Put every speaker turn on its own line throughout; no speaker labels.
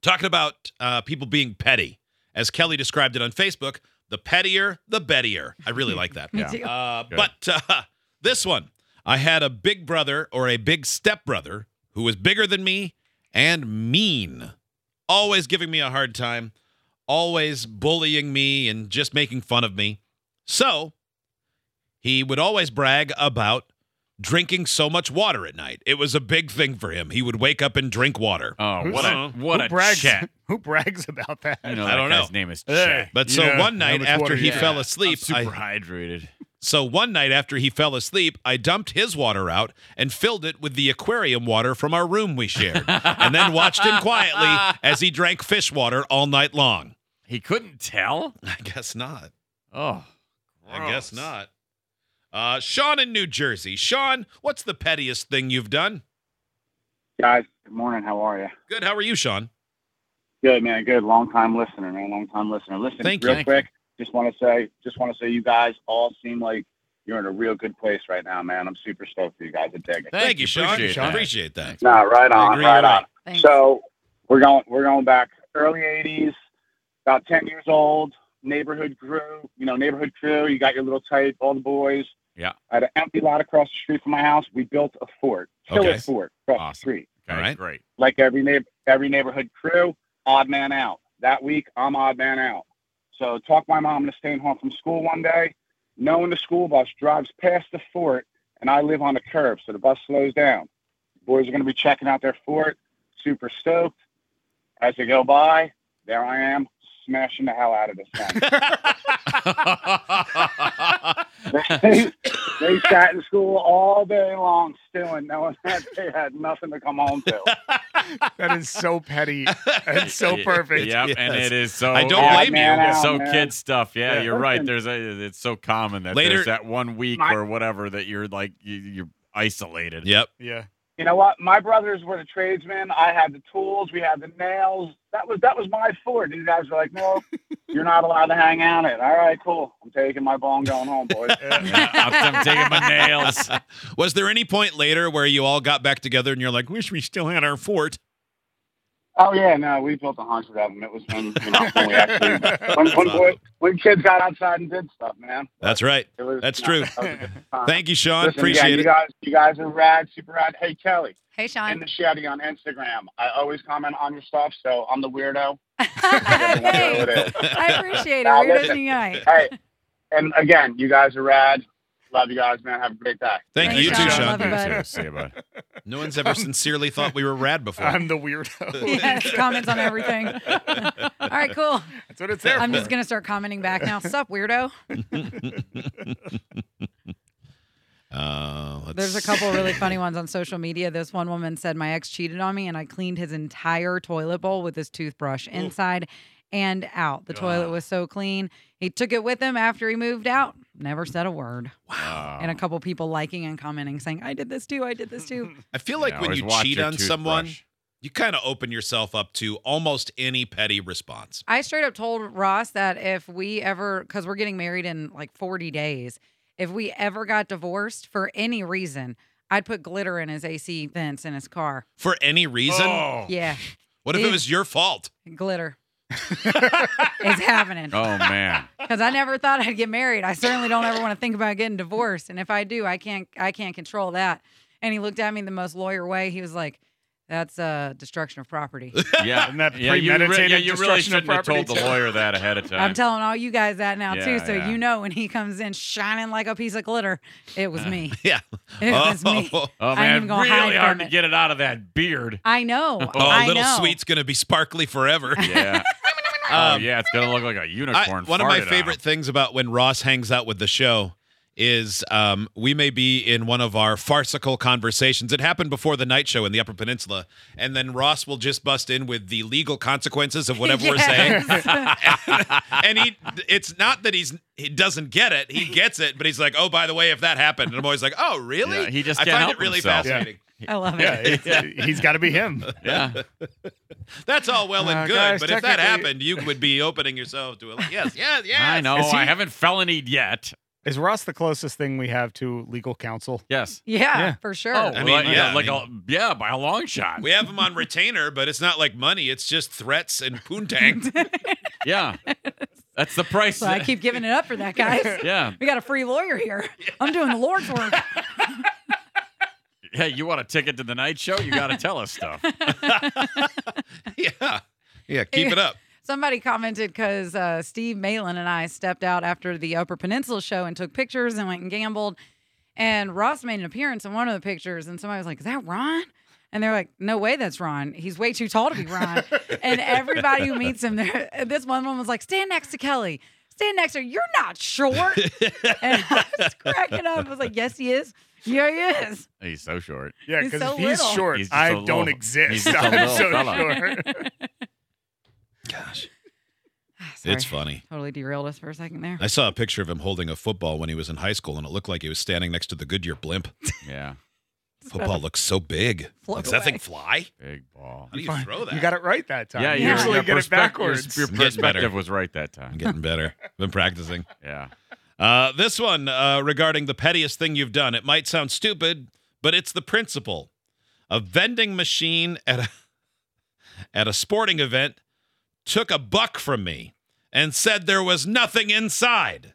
Talking about uh, people being petty. As Kelly described it on Facebook, the pettier, the bettier. I really like that.
Me too.
Uh,
Good.
but uh, this one, I had a big brother or a big stepbrother who was bigger than me and mean, always giving me a hard time, always bullying me and just making fun of me. So he would always brag about drinking so much water at night. It was a big thing for him. He would wake up and drink water.
Oh,
Who's-
what a what
who
a
brags,
chat.
Who brags about that?
You know,
I
that
don't
guy's
know.
name is
Hey,
Chet.
But
you
so
know,
one
how
night
much
after
water
he
you
fell
got.
asleep,
I'm super
I-
hydrated.
So one night after he fell asleep, I dumped his water out and filled it with the aquarium water from our room we shared, and then watched him quietly as he drank fish water all night long.
He couldn't tell.
I guess not.
Oh,
I guess
gross.
not. Uh, Sean in New Jersey. Sean, what's the pettiest thing you've done?
Guys, good morning. How are you?
Good. How are you, Sean?
Good, man. Good. Long time listener, man. Long time listener. Listen,
Thank you.
real
Thank
quick. Just want to say, just want to say, you guys all seem like you're in a real good place right now, man. I'm super stoked for you guys. I dig it.
Thank, you,
Sean.
Appreciate
Sean.
that.
Appreciate that.
Thanks.
Nah, right
I
on,
agree,
right
you're
on.
right.
Thanks.
So we're going, we're going back early '80s. About 10 years old, neighborhood crew. You know, neighborhood crew. You got your little type, all the boys.
Yeah.
I had an empty lot across the street from my house. We built a fort, killer
Okay.
fort across
Awesome.
the street.
Okay,
All right.
great.
like every neighbor, every neighborhood crew, odd man out. That week, I'm odd man out. So talk my mom into staying home from school one day, knowing the school bus drives past the fort, and I live on the curb, so the bus slows down. Boys are going to be checking out their fort, super stoked. As they go by, there I am, smashing the hell out of this thing. they, they sat in school all day long, stewing, knowing that they had nothing to come home to.
That is so petty and so perfect.
Yep, and
Yes.
it is so.
I don't
yeah,
blame
man
you.
out.
So
Oh, man.
kid stuff. Yeah,
Yeah.
you're right. There's a. It's so common that
Later-
there's that one week
My-
or whatever that you're like you, you're isolated.
Yep.
Yeah.
you know what? My brothers were the tradesmen. I had the tools. We had the nails. That was that was my fort. These guys were like, no, you're not allowed to hang out it. All right, cool. I'm taking my ball and going home, boys.
Uh,
Yeah, I'm, I'm taking my nails.
Was there any point later where you all got back together and you're like, wish we still had our fort?
oh yeah, no, we built a hundred of them. It was when you know when we actually when, when, boy, when kids got outside and did stuff, man.
That's right.
It was
That's
no,
true.
that was a good time.
Thank you, Sean.
Listen, yeah,
Appreciate
you
it.
guys. You guys are rad, super rad. Hey Kelly,
Hey,
in
Sean.
the Shetty on Instagram. I always comment on your stuff, so I'm the weirdo.
hey, I appreciate it.
Nah,
We're
listen.
listening right.
Hey, and again, you guys are rad. Love you guys, man. Have a great day.
Thank
Thanks,
you, too,
Sean.
Sean.
Love you, bud.
Yeah, see you, bud.
No one's ever sincerely thought we were rad before.
I'm the weirdo.
Yeah, comments on everything. All right, cool.
That's what it's there
I'm
for.
just gonna start commenting back now. Sup, weirdo.
Uh, let's
There's a couple really funny ones on social media. This one woman said, My ex cheated on me, and I cleaned his entire toilet bowl with his toothbrush inside and out. The toilet was so clean. He took it with him after he moved out, never said a word.
Wow.
And a couple people liking and commenting saying, I did this too. I did this too.
I feel like
Yeah,
when
always
you
watch
cheat
your
on someone,
toothbrush.
you kind of open yourself up to almost any petty response.
I straight up told Ross that if we ever, because we're getting married in like 40 days, if we ever got divorced for any reason, I'd put glitter in his AC vents in his car.
For any reason?
Oh.
Yeah,
what if it
dude.
was your fault?
glitter. it's happening.
Oh man.
because I never thought I'd get married. I certainly don't ever want to think about getting divorced, and if I do, I can't I can't control that. And he looked at me the most lawyer way. He was like, "That's uh, destruction of property."
Yeah.
Isn't that
yeah, you, re-
premeditated
yeah, you really
destruction of
shouldn't have told the
property, too?
lawyer that ahead of time.
I'm telling all you guys that now
Yeah,
too, so
yeah.
you know when he comes in shining like a piece of glitter, it was me.
Yeah.
It was me.
oh,
oh
ain't
man,
even gonna
really
hide
hard
from
to
it.
get it out of that beard.
I know.
oh,
I
little
know.
sweet's going to be sparkly forever.
Yeah. oh
Um,
yeah, it's gonna look like a
I-
unicorn.
one of my
farted on
favorite things about when Ross hangs out with the show is um, we may be in one of our farcical conversations. It happened before the night show in the Upper Peninsula, and then Ross will just bust in with the legal consequences of whatever we're saying.
Yes.
and he it's not that he's he doesn't get it he gets it but he's like oh by the way if that happened and i'm always like oh really
Yeah, he just
i
can't
find
help
it really
himself.
fascinating
I love it.
Yeah, it's- he's got to be him.
him. Yeah.
that's all well and
Uh,
good
guys,
but if that
technically-
happened you would be opening yourself to a yes yes yes
I know.
Is he-
I haven't felonied yet.
Is Russ the closest thing we have to legal counsel?
Yes.
Yeah,
Yeah.
for sure.
Oh,
I
I
mean,
mean,
yeah,
yeah, like
I
a, yeah, by a long shot.
We have him on retainer, but it's not like money. It's just threats and poontang.
yeah, that's the price.
so I keep giving it up for that, guys.
yeah,
We got a free lawyer here. I'm doing the Lord's work.
hey, you want a ticket to the night show? You got to tell us stuff.
yeah. Yeah. Keep it up.
Somebody commented because uh, Steve Malin and I stepped out after the Upper Peninsula show and took pictures and went and gambled. And Ross made an appearance in one of the pictures, and somebody was like, "Is that Ron?" And they're like, "No way, that's Ron. He's way too tall to be Ron." and everybody who meets him, there, this one woman was like, "Stand next to Kelly. Stand next to her. You're not short." and I was cracking up. I was like, "Yes, he is. Yeah, he is."
He's so short.
Yeah,
He's
because
so
if he's
little.
short,
He's just
I
a
don't
little- he's
exist.
just a
I'm
little
so
fella.
short.
Gosh.
Sorry.
It's funny.
Totally derailed us for a second there.
I saw a picture of him holding a football when he was in high school, and it looked like he was standing next to the Goodyear blimp.
Yeah,
Football looks so big.
Float
Does that thing
away.
fly?
big ball.
How do you
Fine.
throw that?
You got it right that time.
Yeah,
you
your-
usually
your
get it
perspec- your-
backwards.
Your,
getting better.
perspective was right that
I'm
time.
getting better. I've been practicing.
Yeah.
Uh, this one uh, regarding the pettiest thing you've done. It might sound stupid, but it's the principle. A vending machine at a, at a sporting event took a buck from me and said there was nothing inside.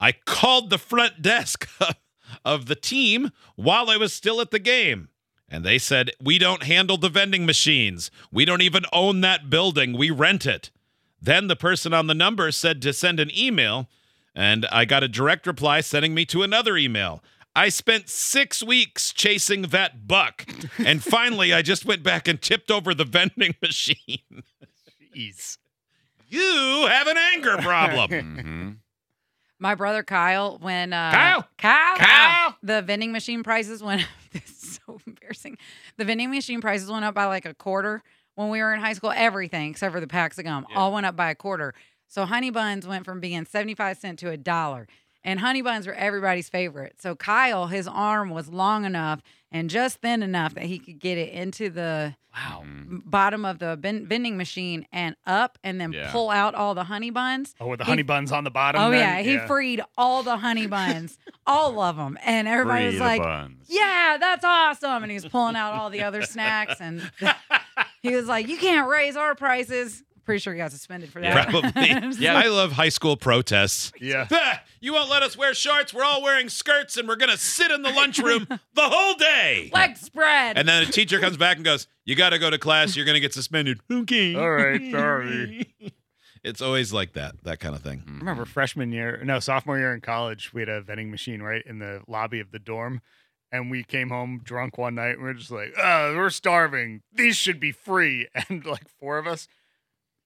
I called the front desk of the team while I was still at the game. And they said, We don't handle the vending machines. We don't even own that building. We rent it. Then the person on the number said to send an email, and I got a direct reply sending me to another email. I spent six weeks chasing that buck, and finally I just went back and tipped over the vending machine.
Jeez.
You have an anger problem.
Mm-hmm.
My brother Kyle, when uh,
Kyle!
Kyle,
Kyle!
the vending machine prices went. this is so embarrassing. The vending machine prices went up by like a quarter when we were in high school. Everything except for the packs of gum all went up by a quarter. So honey buns went from being seventy five cent to a dollar, and honey buns were everybody's favorite. So Kyle, his arm was long enough and just thin enough that he could get it into the
Wow.
bottom of the ben- vending machine and up, and then
Yeah.
pull out all the honey buns.
Oh, with the
He-
honey buns on the bottom.
Oh
then?
yeah, he freed all the honey buns, all of them, and everybody was like,
buns.
"Yeah, that's awesome!" And he was pulling out all the other snacks, and he was like, "You can't raise our prices." Pretty sure he got suspended for that.
Probably.
Yeah.
I love high school protests.
yeah.
Bah, you won't let us wear shorts. We're all wearing skirts, and we're gonna sit in the lunchroom the whole day.
Leg spread.
And then a teacher comes back and goes, "You got to go to class. You're gonna get suspended." Okay.
All right, sorry.
It's always like that. That kind of thing.
I remember freshman year, no, sophomore year in college, we had a vending machine right in the lobby of the dorm. And we came home drunk one night. And we are just like, oh, we're starving. These should be free. And like four of us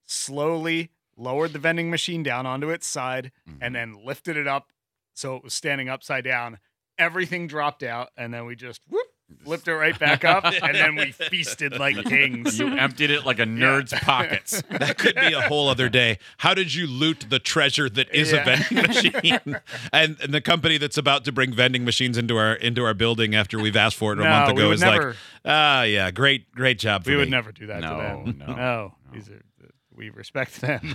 slowly lowered the vending machine down onto its side and then lifted it up. So it was standing upside down. Everything dropped out. And then we just whoop, flipped it right back up. and then we feasted like kings.
you emptied it like a nerd's pockets.
That could be a whole other day. How did you loot the treasure that is a
Yeah.
vending machine? and, and the company that's about to bring vending machines into our into our building after we've asked for it a month
we
ago
would
is
never,
like, ah, yeah, great, great job. For
we would
me."
never do that to them.
No, no.
No,
No.
these are we respect them.